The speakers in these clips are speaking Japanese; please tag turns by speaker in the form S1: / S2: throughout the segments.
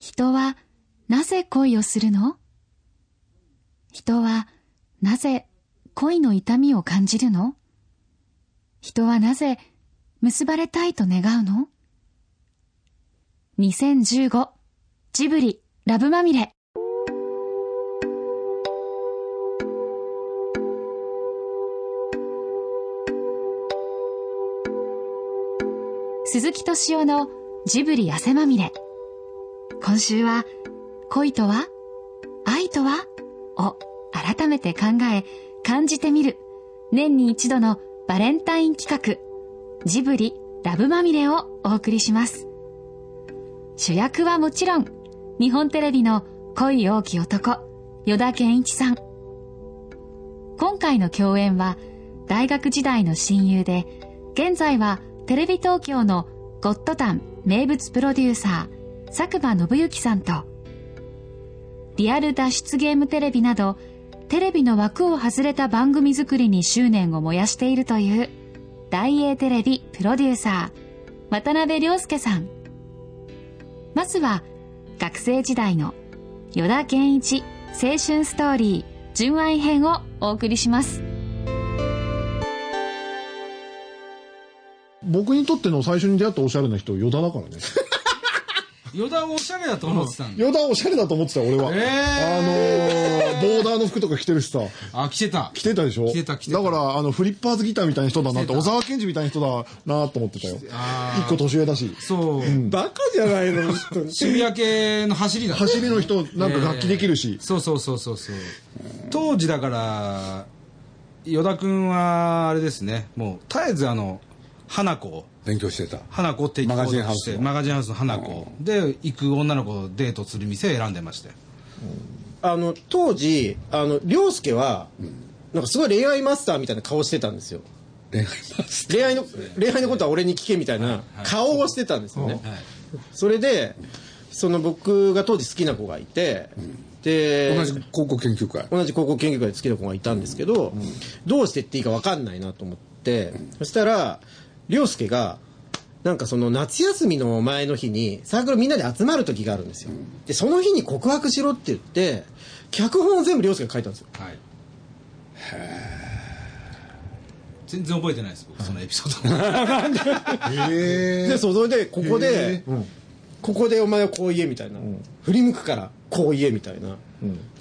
S1: 人はなぜ恋をするの人はなぜ恋の痛みを感じるの人はなぜ結ばれたいと願うの ?2015 ジブリラブまみれ鈴木敏夫のジブリ汗まみれ今週は恋とは愛とはを改めて考え感じてみる年に一度のバレンタイン企画ジブリラブまみれをお送りします主役はもちろん日本テレビの恋多き男与田健一さん今回の共演は大学時代の親友で現在はテレビ東京のゴッドタン名物プロデューサー佐久間信之さんとリアル脱出ゲームテレビなどテレビの枠を外れた番組作りに執念を燃やしているという大英テレビプロデューサー渡辺良介さんまずは学生時代の与田健一青春ストーリー純愛編をお送りします
S2: 僕にとっての最初に出会ったおしゃれな人、ヨダだからね。
S3: ヨダおしゃれだと思ってたん だ。
S2: ヨダおしゃれだと思ってた、俺は。あ
S3: え
S2: のーボーダーの服とか着てるしさ、
S3: あ、来てた。
S2: 着てたでしょ
S3: 着てた着てた
S2: だから、あの、フリッパーズギターみたいな人だなって、
S3: 着てた
S2: 小沢健二みたいな人だなと思ってたよ。
S3: あ
S2: 一個年上だし。
S3: そう。
S4: バカじゃないの、本当に
S3: 渋谷系の走り だ。
S2: 走りの人、なんか楽器できるし。
S3: そうそうそうそうそう。当時だから、与田くんは、あれですね、もう、絶えずあの、花子を、
S4: 勉強してた。
S3: 花子って
S4: マガジンハウスの
S3: マガジンハウスの花子。で、行く女の子をデートする店を選んでまして。
S5: あの当時あの涼介は、なんかすごい恋愛マスターみたいな顔してたん ですよ
S4: 恋愛マス
S5: 恋愛の恋愛のことは俺に聞けみたいな顔をしてたんですよね、それでその僕が当時好きな子がいて、
S4: タ
S5: で
S4: ー同じ高校研究会。
S5: 同じ高校研究会で好きな子がいたんですけど、どうしてっていいか分かんないなと思って、そしたら涼介がなんかその夏休みの前の日にサークルみんなで集まる時があるんですよでその日に告白しろって言って脚本を全部涼介が書いたんですよ
S3: はい。全然覚えてないです、僕、そのエピソ ード。
S2: へ
S5: でそうそれでここで、
S2: えーうん
S5: ここでお前はこう言えみたいな、振り向くからこう言えみたいな、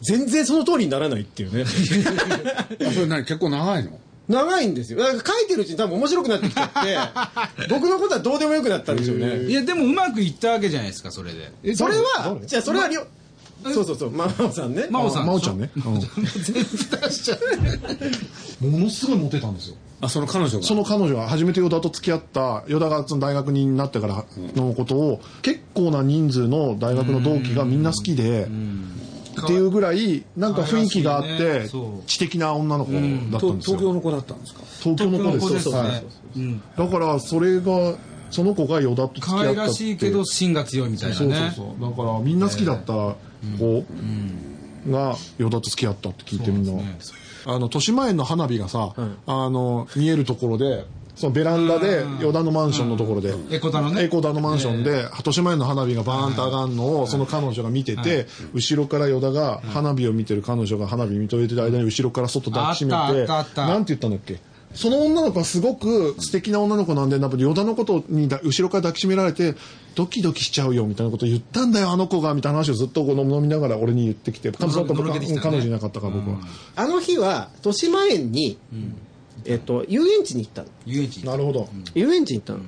S5: 全然その通りにならないっ ていうね
S4: あ、それ何結構長いの
S5: 長いんですよだから書いてるうちに多分面白くなってきちゃ って僕のことはどうでもよくなったんですよね、
S3: いや、でもうまくいったわけじゃないですか、それで。
S2: え
S5: それは
S2: 誰
S5: じゃあそれはりょそうそうそう真央さんね
S3: 真央さん。
S2: 真央ちゃんね。うんものすごいモテたんですよ。
S4: あ、その彼女が。
S2: その彼女が初めてヨダと付き合ったヨダがその大学になってからのことを結構な人数の大学の同期がみんな好きでっていうぐらいなんか雰囲気があっ
S3: 可愛らしいね
S2: て
S3: そう
S2: 知的な女の子だった
S4: と
S2: んですよ
S4: 東京の子だったんですか
S2: 東京の子です
S3: 東京の子
S2: は
S3: で
S2: い
S3: すねうん
S2: だからそれがその子がヨダと付き
S3: 可
S2: 合
S3: 愛
S2: った
S3: ら
S2: って
S3: しいけど芯が強いみたいな
S2: そうそう
S3: ね
S2: そうだからみんな好きだった子がヨダと付き合ったって聞いてみんなあの豊島園の花火がさあの見えるところでそのベランダでヨダのマンションのところで
S3: エコタのね
S2: エコダのマンションで、豊島園の花火がバーンと上がるのを、その彼女が見てて、後ろから依田が花火を見てる彼女が花火見とれてる間に後ろから外抱きしめ
S3: あ
S2: て、
S3: ったあったあった
S2: なんて言ったんだっけその女の子はすごく素敵な女の子なんで、なんか依田のことにだ後ろから抱きしめられて、ドキドキしちゃうよみたいなこと言ったんだよ、あの子が、みたいな話をずっとこう飲みながら俺に言ってきて、多分その子
S3: のろけてきたね
S2: 彼女いなかったから僕は。
S5: あの日は豊島園に、えっと遊園地に行ったの
S3: 遊園地
S2: なるほど。
S5: 遊園地に行ったの、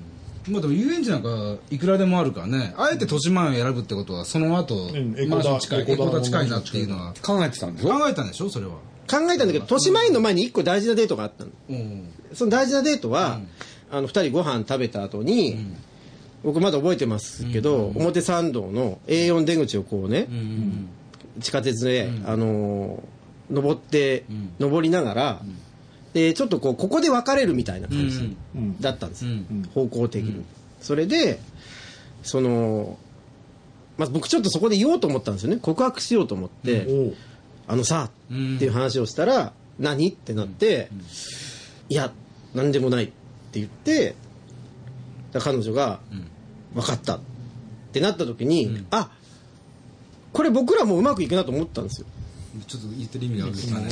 S3: まあでも遊園地なんかいくらでもあるからねあえて豊島園を選ぶってことはその後
S2: んエコダ
S3: マンション近い
S2: エ
S3: エ
S2: コ
S3: コ
S2: ダ
S3: ダ近いなっていうのは
S4: 考えてたんでしょ
S3: 考えたんでしょそれは
S5: 考えたんだけど豊島園の前に一個大事なデートがあったの
S3: うん
S5: その大事なデートは、あの2人ご飯食べた後に、僕まだ覚えてますけど、表参道の A4 出口をこうね、
S3: うん
S5: 地下鉄で、あのー登って、登りながら、でちょっとこうここで別れるみたいな感じだったんですよ、方向的に、それでその、まあ、僕ちょっとそこで言おうと思ったんですよね告白しようと思って、
S2: おう
S5: あのさ、
S3: うん
S5: っていう話をしたら何ってなって、いや何でもないって言ってだから彼女が、分かったってなった時に、あこれ僕らもうまくいくなと思ったんですよ
S3: ちょっと言ってる意味が分かんない。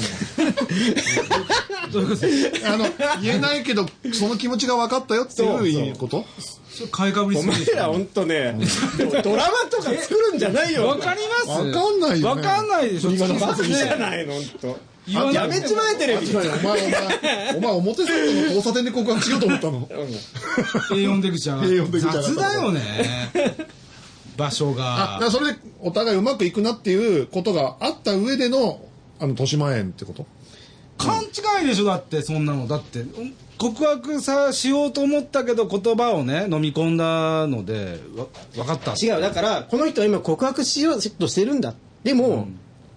S2: あの言えないけどその気持ちが分かったよっていうこと
S3: それ買いかぶり
S5: お
S3: すぎ
S5: 前
S3: でしょ
S5: ら本当ねでもドラマとか作るんじゃないよ
S3: わかります
S2: わかんないよね
S3: わかんないでしょ。
S5: バカじ ゃ
S3: ね
S5: ないの本
S3: 言わな
S5: 当
S3: い
S5: やめちまえテレビ
S2: 違うよお前お前お前表参道の交差点で告白しようと思ったの
S3: A4 出口じゃな
S2: A4 出口じゃなかった
S3: 雑だよね。場所
S2: あだか。
S3: が
S2: らそれでお互いうまくいくなっていうことがあった上でのあの豊島園ってこと
S3: 勘違いでしょだってそんなのだってうん告白さしようと思ったけど言葉をね飲み込んだのでわ分かった
S5: 違うだからこの人は今告白しようとしてるんだでも、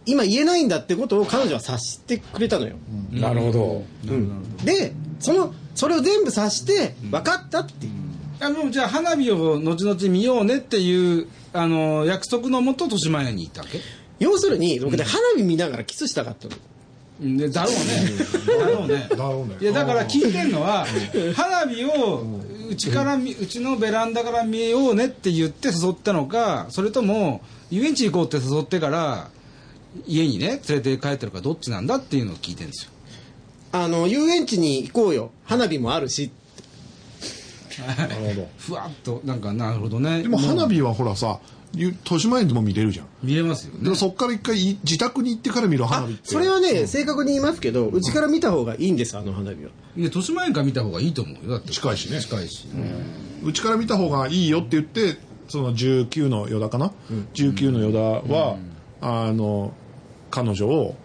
S5: 今言えないんだってことを彼女は察してくれたのよ、
S4: なるほど。
S5: うんでそのそれを全部察して分かったっていう、
S3: あでもじゃあ花火を後々見ようねっていうあの約束のもと豊島園に行ったわけ
S5: 要するに僕ね花火見ながらキスしたかったの
S3: うんでだろうねだろうね
S2: だろうね
S3: いやだから聞いてんのは花火をうちから見うちのベランダから見ようねって言って誘ったのかそれとも遊園地行こうって誘ってから家にね連れて帰ってるかどっちなんだっていうのを聞いてるんですよ
S5: あの遊園地に行こうよ花火もあるし
S2: なるほど
S3: ふわっとなんかなるほどね
S2: でも花火はほらさゆ豊島園でも見れるじゃん
S3: 見えますよ
S2: で
S3: ね
S2: もそっから一回い自宅に行ってから見る花火って
S5: それはね正確に言いますけどうちから見た方がいいんですあの花火は、
S3: いや豊島園から見た方がいいと思うよだって
S2: 近いしね
S3: 近いし、
S2: うちから見た方がいいよって言ってその19の依田かな、19の依田は、あの彼女を、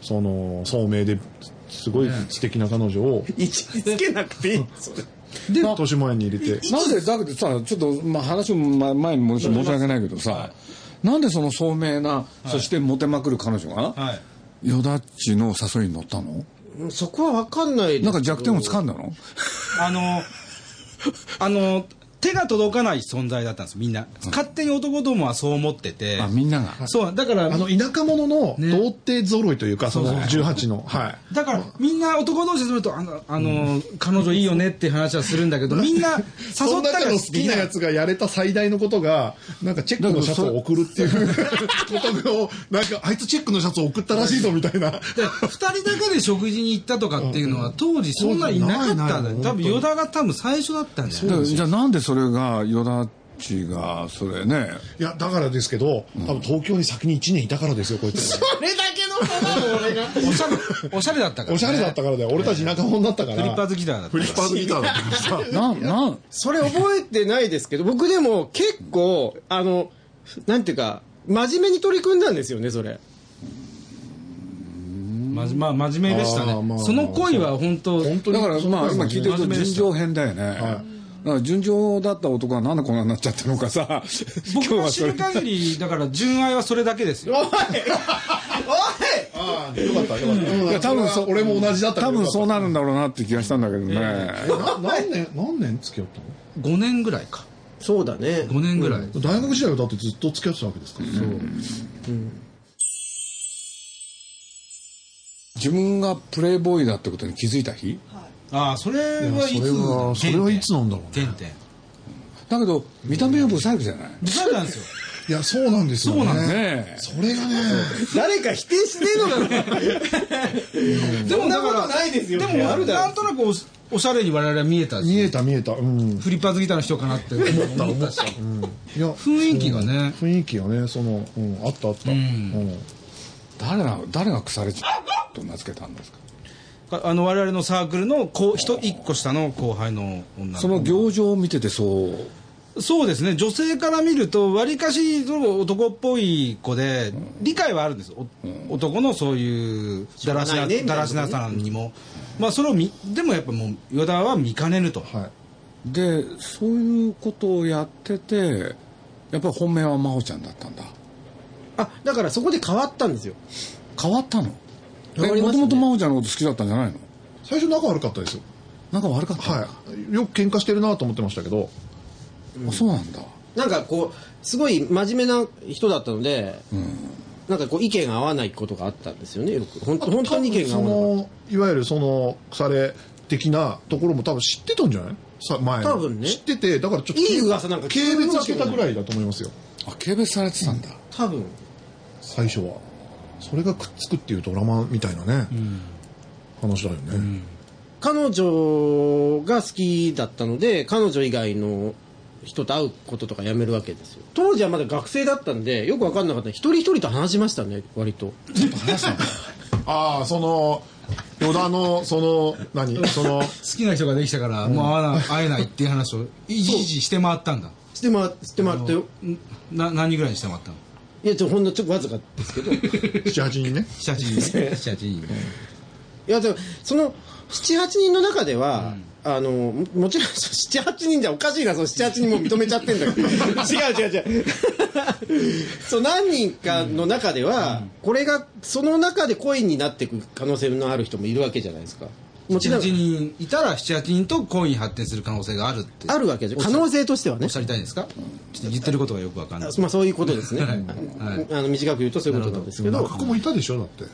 S2: その聡明ですごい素敵な彼女を、
S5: 位置につけなくていいそれ
S2: で豊島園に入れて
S4: なんで、だけどさ、ちょっと、まあ、話もま前に戻して申し訳ないけどさ、なんでその聡明な、そしてモテまくる彼女が、
S3: はい
S4: ヨダッチの誘いに乗ったの
S5: うんそこは分かんないですけど
S4: なんか弱点を掴んだの
S3: あのあの手が届かない存在だったんですみんな勝手に男どもはそう思ってて
S4: あ、みんなが。
S3: そうだから
S2: あの田舎者の童貞揃いというか、その18の、はい
S3: だからみんな男同士でするとあのあの、彼女いいよねっていう話はするんだけどみんな誘
S2: その
S3: った
S2: 中
S3: ら
S2: の好
S3: 好き
S2: き
S3: な
S2: なやつがやれた最大のことがなんかチェックのシャツを送るっていうことをなんかあいつチェックのシャツを送ったらしいぞみたいな
S3: で2人だけで食事に行ったとかっていうのは当時そんなにいなかったんだ
S2: そう
S3: よ
S2: そう
S3: 多分依田が多分最初だったんじゃ
S4: だ
S3: ない
S4: からじゃあなんでそれが、ヨダッチが、それね、
S2: いやだからですけど多分東京に先に1年いたからですよこいつ
S5: これだけの差だろ俺が
S3: おしゃれおしゃれだったから、ね、
S2: おしゃれだったからだよ俺たち田舎者だったから
S3: フリッパーズギターだった
S2: フリッパーズギターだったからさ
S4: な、な、
S5: それ覚えてないですけど、僕でも結構、あの、なんていうか、真面目に取り組んだんですよね、それ。
S3: まじまあ真面目でした
S2: あーま
S3: ね
S2: あ
S3: その恋は本当
S2: 本当に
S4: だからまあ今聞いてると純情編だよね、だから純情だった男はなんでこんなになっちゃったのかさ
S3: 僕
S4: 今日
S3: が
S4: は
S3: 知
S4: それ
S3: る限りだから純愛はそれだけですよ
S2: ああよかったよかった、うん
S4: いや多分そ
S2: 俺も同じだった
S4: 多分そう
S2: な
S4: なるんだろうなって気がしたんだけどね、
S2: 何年何年付き合ったの
S3: 5年ぐらいか
S5: そうだね。
S3: 5年ぐらい、
S2: 大学時代はだってずっと付き合ってたわけですから、ね
S4: 自分がプレイボーイだってことに気づいた日
S3: ああそれ
S2: いや
S3: はいつ
S2: それはそれはいつなんだろうね
S3: 原点
S4: だけど見た目はブサイクじゃない、
S3: ブサイクなんですよ
S2: いやそうなんですよね
S3: そうなん
S2: ね
S4: ねえ
S2: それがね
S5: 誰か否定しねえのかなでも、なことないですよ。
S3: でも
S5: あるだ
S3: な
S5: ろ
S3: ん。となくおしおしゃれに我々は見えたし
S2: 見えた見えたうん
S3: フリッパーズギターの人かなって思った思ったし
S2: いや
S3: 雰囲気がね
S2: 雰囲気がねその、うん、あったあった、うん
S4: 誰が誰が腐れちゃうと名付けたんですか
S3: ああの我々のサークルのこう人一個下の後輩の女の子
S4: その行情を見ててそう
S3: そうですね女性から見るとわりかしその男っぽい子で理解はあるんですお男のそういうだらし
S5: しょ
S3: な
S5: うがな
S3: い
S5: ねみた
S3: だ
S5: いな
S3: ら
S5: と
S3: し
S5: こね
S3: なさにもまあそれを見でもやっぱもう依田は見かねると
S2: はい
S4: でそういうことをやっててやっぱり本命は真帆ちゃんだったんだ
S5: あ、だからそこで変わったんですよ。
S4: 変わったの
S5: 変わりま
S4: も
S5: す
S4: と
S5: ね
S4: もと真帆ちゃんのこと好きだったんじゃないの
S2: 最初仲悪かったですよ
S4: なんか悪かった、
S2: はいよく喧嘩してるなと思ってましたけど
S4: あそうなんだ
S5: なんかこう、すごい真面目な人だったので、なんかこう、意見が合わないことがあったんですよね、よく。本当本当に意見が合
S2: そ
S5: わなか
S2: の
S5: っ
S2: いわゆるその腐れ的なところも多分知ってたんじゃないさ前の
S5: 多分ね
S2: 知っててだからちょっと
S5: いい噂なんか
S2: 軽蔑してたぐらいだと思いますよ
S4: あ軽蔑されてたんだ、
S5: 多分
S2: 最初はそれがくっつくっていうドラマみたいなね、話だよね、
S5: 彼女が好きだったので彼女以外の人と会うこととかやめるわけですよ当時はまだ学生だったんでよく分かんなかった一人一人と話しましたね割と
S2: ああその与田のその何その
S3: 好きな人ができたから、もう会わない会えないっていう話をいじいじして回ったんだ
S5: してましてもらってよ
S3: んな何人ぐらいにしてもらったの
S5: いやちょほんのちょっとわずかですけどい
S2: 78人ね
S3: 7 8人7 8人
S5: やでもその78人の中では、あのももちろん78人じゃおかしいなその78人もう認めちゃってん だけど違う違う違うそう何人かの中では、これがその中で恋になっていく可能性のある人もいるわけじゃないですかもちろ
S3: 78
S5: ん
S3: 人いたら78人と恋に発展する可能性があるって
S5: あるわけです可能性としては
S3: お
S5: ね
S3: っしゃりたいんですかちょっと言ってることがよくわかんない
S5: まあ、そういうことですね、
S3: はい
S5: あの短く言うとそういうことなんですけど
S2: 中子もいたでしょだって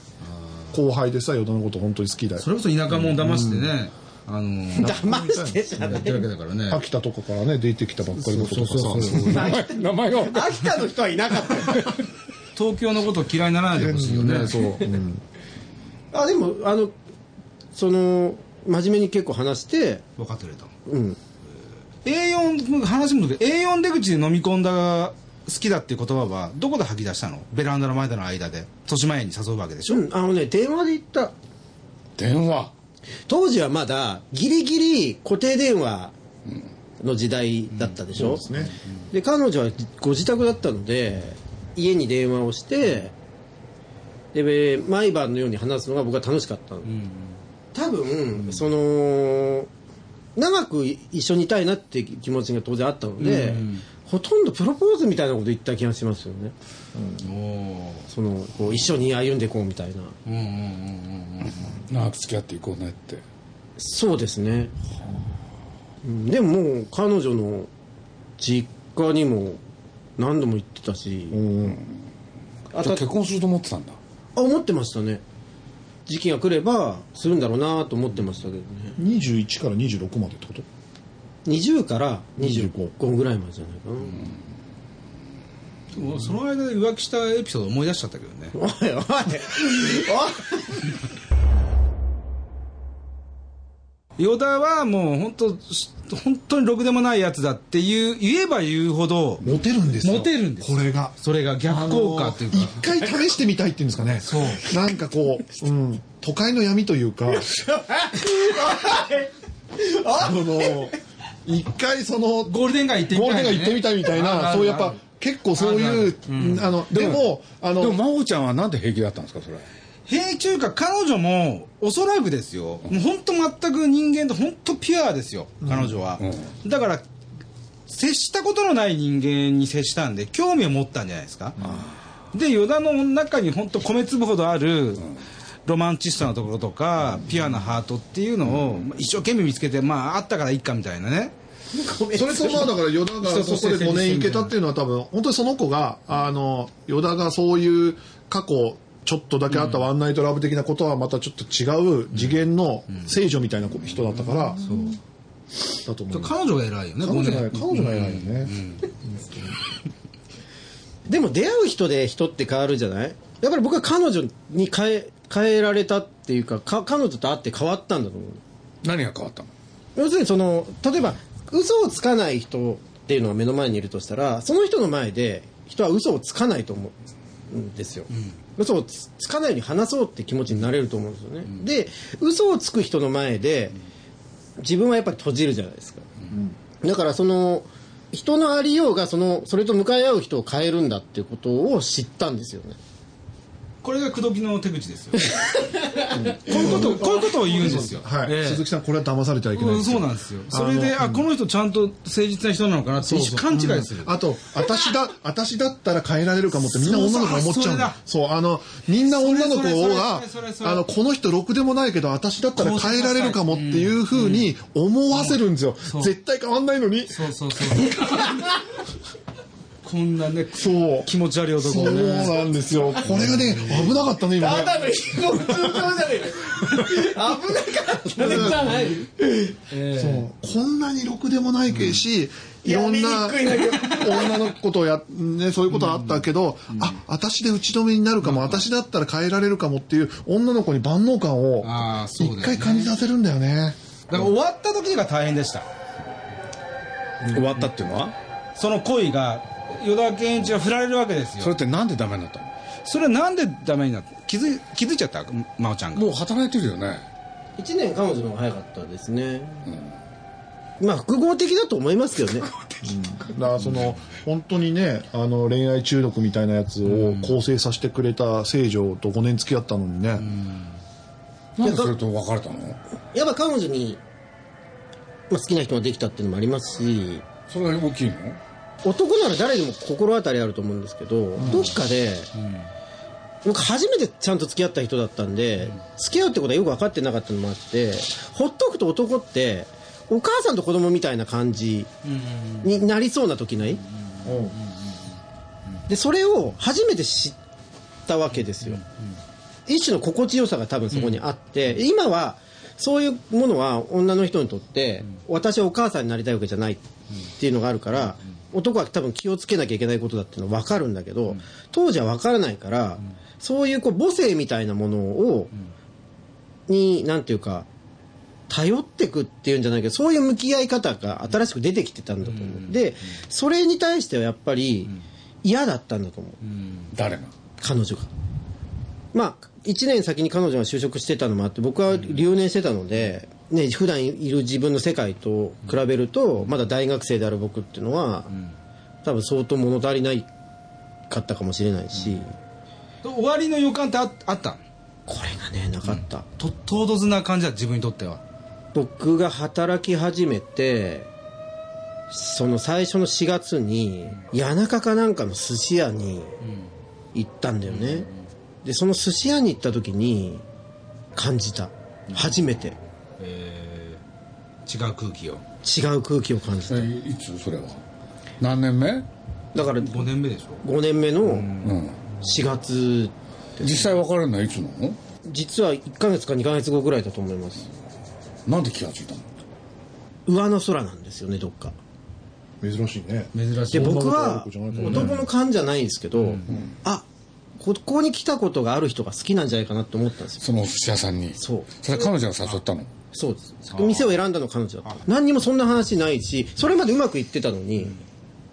S2: 後輩でさ与田のこと本当に好きだよ
S3: それこそ田舎者騙してね、あのー
S5: 騙してじゃ
S3: や
S5: な
S3: っ
S5: い
S3: てるわけだからね
S2: 秋田とかからね出てきたばっかりの子とかさ
S4: 名前を
S5: 秋田の人はいなかったよ
S3: 東京のこと嫌いにならないでほしいよね
S2: ねそう、うん
S5: あでもあのその真面目に結構話して
S3: 分かってくれた
S5: うん
S3: A4 話もだけど A4 出口で飲み込んだ好きだっていう言葉はどこで吐き出したのベランダの前との間で年前に誘うわけでしょ、
S5: うんあのね電話で言った
S4: 電話
S5: 当時はまだギリギリ固定電話の時代だったでしょ、
S2: ね
S5: で彼女はご自宅だったので家に電話をしてで毎晩のように話すのが僕は楽しかったの、多分、その長く一緒にいたいなって気持ちが当然あったので、ほとんどプロポーズみたいなこと言った気がしますよね
S3: お
S5: そのこう一緒に歩んでいこうみたいな
S3: ーうんうんうんうん
S4: 長く付き合っていこうねって
S5: そうですね、うんでももう彼女の実家にも何度も行ってたし、あ
S4: じゃ
S5: と
S4: あ
S5: あ
S4: 結婚すると思ってたんだ
S5: 思ってましたね時期が来ればするんだろうなと思ってましたけどね
S2: 21から26までってこと
S5: 20から25ぐらいまでじゃないかな、
S3: でもその間で浮気したエピソード思い出しちゃったけどね
S5: おい おいおい
S3: 与田はもう本当本当にろくでもないやつだっていう言えば言うほど
S2: モテるんですよ
S3: モテるんです
S2: これが
S3: それが逆効果というか、
S2: 一回試してみたいっていうんですかねそうなんかこう、うん、都会の闇という かその一回その
S3: ゴールデン街行ってみ
S2: ゴール
S3: た
S2: デン
S3: い、ね、
S2: 街行ってみたいみたい
S3: あるあ
S2: な
S3: る
S2: そうやっ
S3: あ
S2: ぱ
S3: る
S2: 結構そういうあのでもあ
S4: でも
S2: の
S4: 真帆ちゃんはなんで平気だったんですかそれ
S3: 平中か彼女もおそらくですよもう本当全く人間と本当ピュアですよ彼女は、
S4: う
S3: だから接したことのない人間に接したんで興味を持ったんじゃないですか、で依田の中に本当米粒ほどあるロマンチストなところとか、ピュアなハートっていうのをまあ一生懸命見つけてまああったからいいかみたいなね
S2: それとまあだから与田がそこで5年いけたっていうのは多分本当にその子があの与田がそういう過去ちょっとだけあったワンナイトラブ的なことはまたちょっと違う次元の聖女みたいな人だったからだと思う
S3: 彼女が偉いよね
S2: 彼女が
S3: これね
S2: 彼女が偉いよね、
S5: でも出会う人で人って変わるじゃないやっぱり僕は彼女に変え変えられたっていうかか彼女と会って変わったんだと思う
S4: 何が変わったの
S5: 要するにその例えば嘘をつかない人っていうのが目の前にいるとしたらその人の前で人は嘘をつかないと思うんですよ、嘘をつつかないように話そうって気持ちになれると思うんですよね、で嘘をつく人の前で自分はやっぱり閉じるじゃないですか、だからその人のありようがそのそれと向かい合う人を変えるんだっていうことを知ったんですよね
S3: これが口説きの手 口ですよこういうことをこういうことを言うんですよ
S2: はい
S3: ええ
S2: 鈴木さんこれは騙されてはいけない
S3: うん
S2: です
S3: そ
S2: よ
S3: うなんですよそれであこの人ちゃんと誠実な人なのかなって一瞬勘違いする
S2: あと私だ私だったら変えられるかもってみんな女の子が思っちゃうのそうあのみんな女の子が
S3: それそれそれそれそれ
S2: あのこの人ろくでもないけど私だったら変えられるかもっていうふうに思わせるんですよ
S3: う
S2: 絶対変わんないのに
S3: そうそうそうこんなね
S2: そう
S3: 気持ち悪い男
S2: そう
S3: をね
S2: なんですよこれがね危なかったね今
S5: た
S2: ね
S5: だの飛行通常じゃね えか 危なかったね
S2: そうこんなにろくでもないけし、いろんな
S5: やりにくいんだ
S2: 女の子とや、ね、そういうことあったけど、あ私で打ち止めになるかも、私だったら変えられるかもっていう女の子に万能感を
S3: あーそう
S2: 一
S3: だよね
S2: 回感じさせるんだよね。
S3: だから終わった時が大変でした
S4: 終わったっていうのは
S3: その恋が依田健一は振られるわけです
S4: それ
S3: よ
S4: ってなんでダメになったの
S3: それなんでダメになった気づい気づいちゃった真央ちゃんが
S4: もう働いてるよね
S5: 1年彼女の方が早かったですね、まあ複合的だと思いますけどね
S2: だからその本当にねあの恋愛中毒みたいなやつを構成させてくれた聖女と5年付き合ったのにね、
S4: なんでそれと別れたの
S5: やっぱ彼女に、まあ、好きな人ができたっていうのもありますし
S4: それが大きいの
S5: 男なら誰でも心当たりあると思うんですけど、どっかで、僕初めてちゃんと付き合った人だったんで、付き合うってことはよく分かってなかったのもあってほっとくと男ってお母さんと子供みたいな感じになりそうな時ない、でそれを初めて知ったわけですよ、一種の心地よさが多分そこにあって、今はそういうものは女の人にとって、私はお母さんになりたいわけじゃないっていうのがあるから、男は多分気をつけなきゃいけないことだっていうのは分かるんだけど、当時は分からないから、そういうこう母性みたいなものを、になんていうか頼ってくっていうんじゃないけどそういう向き合い方が新しく出てきてたんだと思う、でそれに対してはやっぱり嫌だったんだと思う、
S4: 誰が
S5: 彼女がまあ1年先に彼女が就職してたのもあって僕は留年してたので、ね普段いる自分の世界と比べるとまだ大学生である僕っていうのは、多分相当物足りないかったかもしれないし、
S3: 終わりの予感ってああった
S5: これがねなかった、
S3: と唐突な感じだ自分にとっては
S5: 僕が働き始めてその最初の4月に谷中かなんかの寿司屋に行ったんだよねでその寿司屋に行った時に感じた初めて
S3: 違う空気を
S5: 違う空気を感じた
S4: えいつそれは何年目
S5: だから
S3: 5年目でしょ
S5: 5年目の
S4: うん
S5: 4月
S4: 実際別れるのはいつなの
S5: 実は1ヶ月か2ヶ月後ぐらいだと思います
S4: なんで気がついたの
S5: 上の空なんですよねどっか
S2: 珍しいね
S3: 珍し
S5: で
S3: い
S5: 僕
S2: そんなこ
S5: は
S2: とあるわけじゃないからね
S5: 男の勘じゃないんですけど、あここに来たことがある人が好きなんじゃないかなって思ったんですよ
S4: そのお寿司屋さんに
S5: そう
S4: それ彼女が誘ったの
S5: そうです店を選んだの彼女だった何にもそんな話ないしそれまでうまくいってたのに、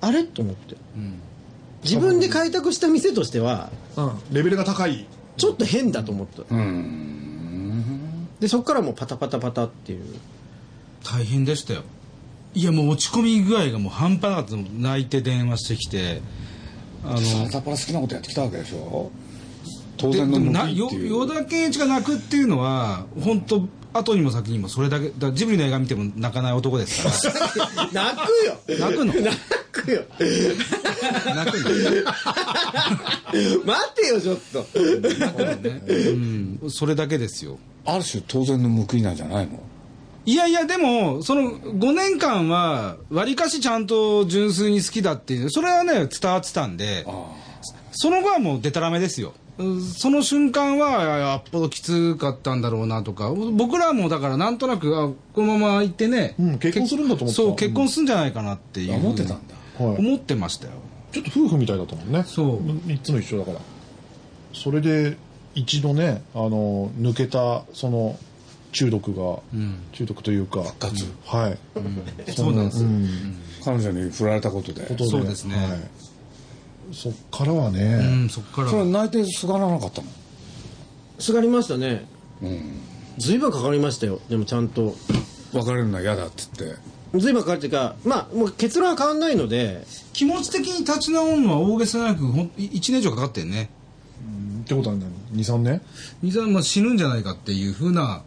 S5: あれと思って、自分で開拓した店としては
S2: うん、レベルが高い
S5: ちょっと変だと思った、
S4: うん
S5: でそこからもうパタパタパタっていう
S3: 大変でしたよいやもう落ち込み具合がもう半端なかった泣いて電話してきてあの
S4: 朝っぱら好きなことやってきたわけでしょ当
S3: で
S4: 然の
S3: でもな
S4: 報い
S3: よ
S4: っていう
S3: 与田健一が泣くっていうのは本当後にも先にもそれだけだからジブリの映画見ても泣かない男ですか
S5: 泣くよ
S3: 泣くの
S5: 泣くよ
S3: ら泣くんだ
S5: 待てよちょっと
S3: うんそれだけですよ
S4: ある種当然の報いなんじゃないの
S3: いやいやでもその5年間はわりかしちゃんと純粋に好きだっていうそれはね伝わってたんでその後はもうデタラメですようんその瞬間はやっぽどきつかったんだろうなとか僕らもだからなんとなくあこのまま行ってね、
S2: うん結婚するんだと思ってた
S3: そう結婚するんじゃないかなっていう
S4: 思ってたんだ
S2: はい
S3: 思ってましたよ
S2: ちょっと夫婦みたいだったもんね
S3: そう
S2: 3つの一緒だからそれで一度ねあの抜けたその中毒が、中毒というか復活はい、
S3: そうなんです、
S4: 彼女に振られたことで
S2: こと
S3: そうですね
S2: はい、そっからはね、
S3: うん、そっから
S4: それは泣いてすがらなかったの
S5: すがりましたね
S4: うん
S5: 随分かかりましたよでもちゃんと
S4: 別れるのは嫌だって言って
S5: 随分かかるっていうかまあもう結論は変わんないので
S3: 気持ち的に立ち直るのは大げさなくほん1年以上かかってんね
S2: ってことは何23年
S3: 二三まあ、死ぬんじゃないかっていうふうな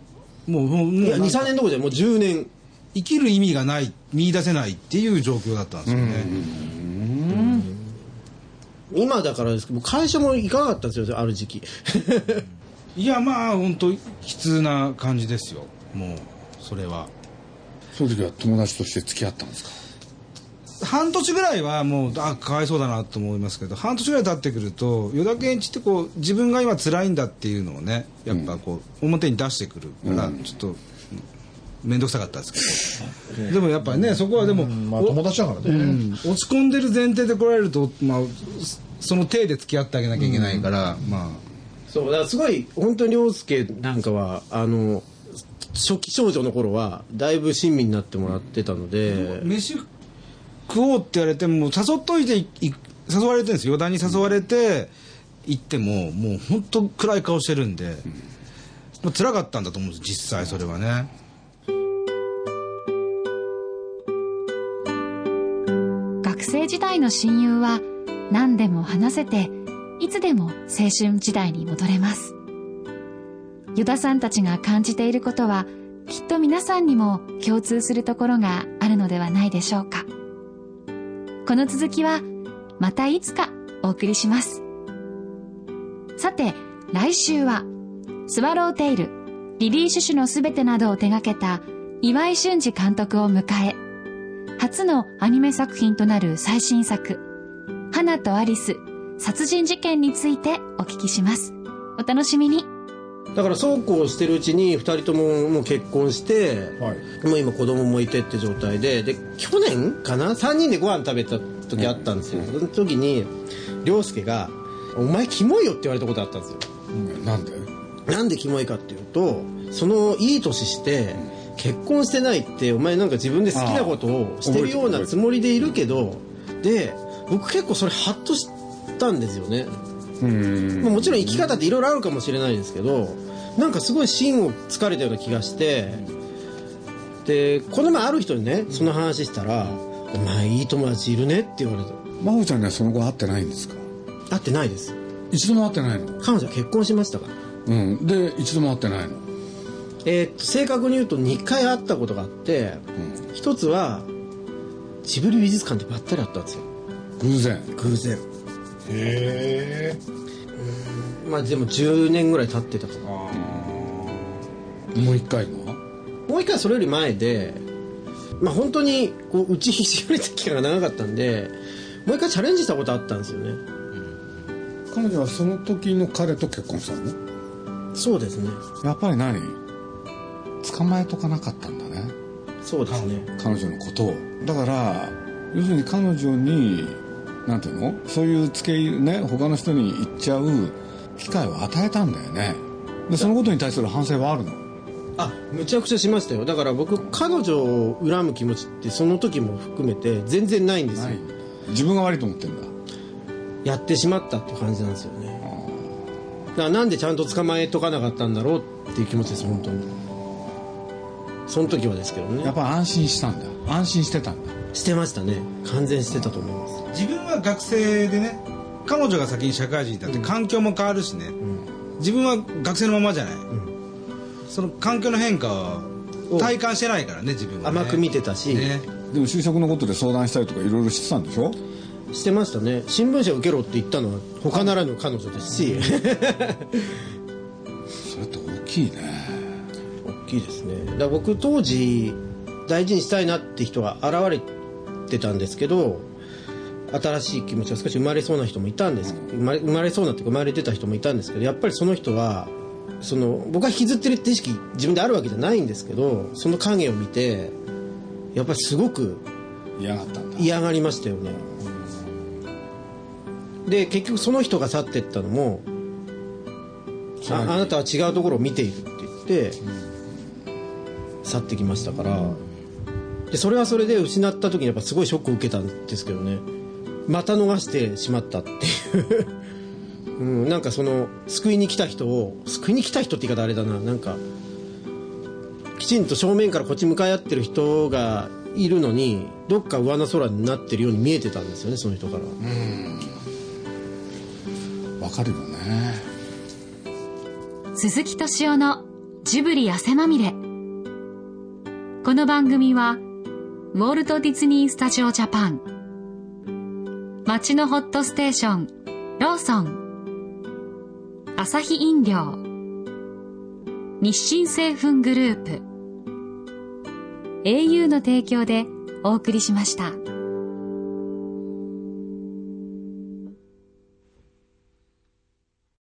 S3: もうもうもう
S5: いや23年どころじゃないもう10年
S3: 生きる意味がない見出せないっていう状況だったんですよね、
S5: 今だからですけど僕会社も行かなかったんですよある時期
S3: いやまあ本当悲痛な感じですよもうそれは
S4: その時は友達として付き合ったんですか
S3: 半年ぐらいはもうあかわいそうだなと思いますけど半年ぐらい経ってくると依田健一ってこう自分が今辛いんだっていうのをねやっぱこう表に出してくるから、ちょっと面倒くさかったですけど、でもやっぱりねそこはでも、
S2: まあ友達だからね、
S3: うん落ち込んでる前提で来られると、まあ、そその体で付き合ってあげなきゃいけないから、まあ
S5: そうだからすごい本当に涼介なんかはあの初期少女の頃はだいぶ親身になってもらってたので、
S3: 飯食おうって言われても誘っといていい誘われてるんですよ余談に誘われて行ってももう本当暗い顔してるんで、まあ辛かったんだと思うんです実際それはね
S1: 学生時代の親友は何でも話せていつでも青春時代に戻れます依田さんたちが感じていることはきっと皆さんにも共通するところがあるのではないでしょうかこの続きはまたいつかお送りしますさて来週はスワローテイルリリー・シュシュのすべてなどを手掛けた岩井俊二監督を迎え初のアニメ作品となる最新作、花とアリス、殺人事件についてお聞きします。お楽しみに。
S5: だからそうこうしてるうちに2人とももう結婚して、
S2: はい
S5: もう今子供もいてって状態でで去年かな3人でご飯食べた時あったんですよ、その時に涼介が「お前キモいよ」って言われたことあったんですよ
S4: なんで
S5: なんでキモいかっていうとそのいい年して結婚してないってお前なんか自分で好きなことをしてるようなつもりでいるけどで僕結構それハッとしたんですよね
S4: うん
S5: まあもちろん生き方っていろいろあるかもしれないですけどなんかすごい芯をつかれたような気がしてでこの前ある人にねその話したら「お前いい友達いるね」って言われた
S4: 真帆ちゃんにはその後会ってないんですか
S5: 会ってないです
S4: 一度も会ってないの
S5: 彼女は結婚しましたから
S4: うんで一度も会ってないの
S5: えーっと正確に言うと2回会ったことがあって一つはジブリ美術館でばったり会ったんですよ
S4: 偶然
S5: 偶然
S2: へえ
S5: まあでも10年ぐらい経ってたとか
S4: もう一回の
S5: もう一回それより前でまあ本当にこう打ちひしがれた期間が長かったんでもう一回チャレンジしたことあったんですよね
S4: 彼女はその時の彼と結婚したの
S5: そうですね
S4: やっぱり何捕まえとかなかったんだね
S5: そうですね
S4: 彼女のことをだから要するに彼女になんていうのそういうつけね他の人に言っちゃう機会を与えたんだよねでそのことに対する反省はあるの
S5: あむちゃくちゃしましたよだから僕彼女を恨む気持ちってその時も含めて全然ないんですよ、
S4: 自分が悪いと思ってんだ
S5: やってしまったって感じなんですよねだからなんでちゃんと捕まえとかなかったんだろうっていう気持ちです本当にその時はですけど
S4: やっ
S5: ね
S4: ぱ安心したんだ安心してたんだ
S5: してましたね完全してたと思います
S3: 自分は学生でね彼女が先に社会人だって環境も変わるしね、自分は学生のままじゃない、その環境の変化を体感してないからね自分はね、
S5: 甘く見てたし、
S3: ね
S4: でも就職のことで相談したりとかいろいろしてたんでしょ
S5: してましたね新聞社受けろって言ったのは他ならぬ彼女ですし
S4: それって大きいね
S5: 大きいですねだから僕当時大事にしたいなって人が現れてたんですけど新しい気持ちが少し生まれそうな人もいたんです生まれ生まれそうなっていうか生まれてた人もいたんですけどやっぱりその人はその僕が引きずってるって意識自分であるわけじゃないんですけどその影を見てやっぱりすごく
S4: 嫌がったんだ
S5: 嫌がりましたよねで結局その人が去ってったのもああなたは違うところを見ているって言って去ってきましたからでそれはそれで失った時にやっぱすごいショックを受けたんですけどねまた逃してしまったっていう、うん、なんかその救いに来た人を救いに来た人って言い方あれだななんかきちんと正面からこっち向かい合ってる人がいるのにどっか上の空になってるように見えてたんですよねその人から、
S4: わかるよね
S1: 鈴木敏夫のジブリ汗まみれ。この番組は、ウォルト・ディズニー・スタジオ・ジャパン、街のホットステーション、ローソン、アサヒ飲料、日清製粉グループ、au の提供でお送りしました。